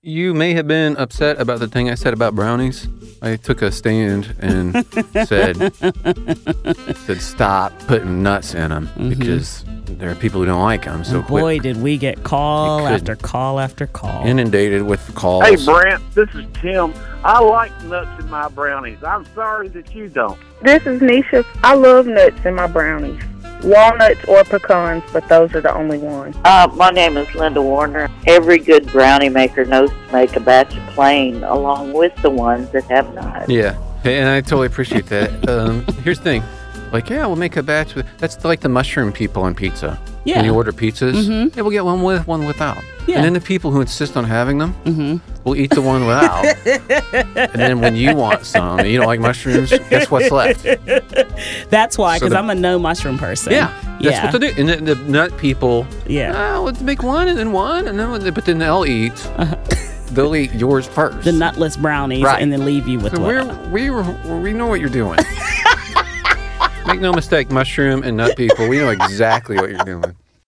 you may have been upset about the thing I said about brownies. I took a stand and said, said stop putting nuts in them because there are people who don't like them. So quit Boy, did we get call You couldn't. after call after call. inundated with calls. Hey, Brent, this is Tim. I like nuts in my brownies. I'm sorry that you don't. This is Nisha. I love nuts in my brownies. Walnuts or pecans, but those are the only ones. Uh, my name is Linda Warner. Every good brownie maker knows to make a batch of plain along with the ones that have not. Yeah, Hey, and I totally appreciate that. um, here's the thing. Like, yeah, we'll make a batch. With, that's like the mushroom people on pizza. Yeah. When you order pizzas, Mhm. yeah, we'll get one with, one without. Yeah. And then the people who insist on having them, Mhm. will eat the one without. and then when you want some and you don't like mushrooms, guess what's left? That's why, So because the- I'm a no mushroom person. Yeah. That's yeah, what they do. And then the nut people, yeah. ah, let's make one and then one. and then But then they'll eat. They'll eat yours first. Uh-huh. The nutless brownies, Right. and then leave you with So what- we're, we were- we know what you're doing. Make no mistake, mushroom and nut people, we know exactly what you're doing.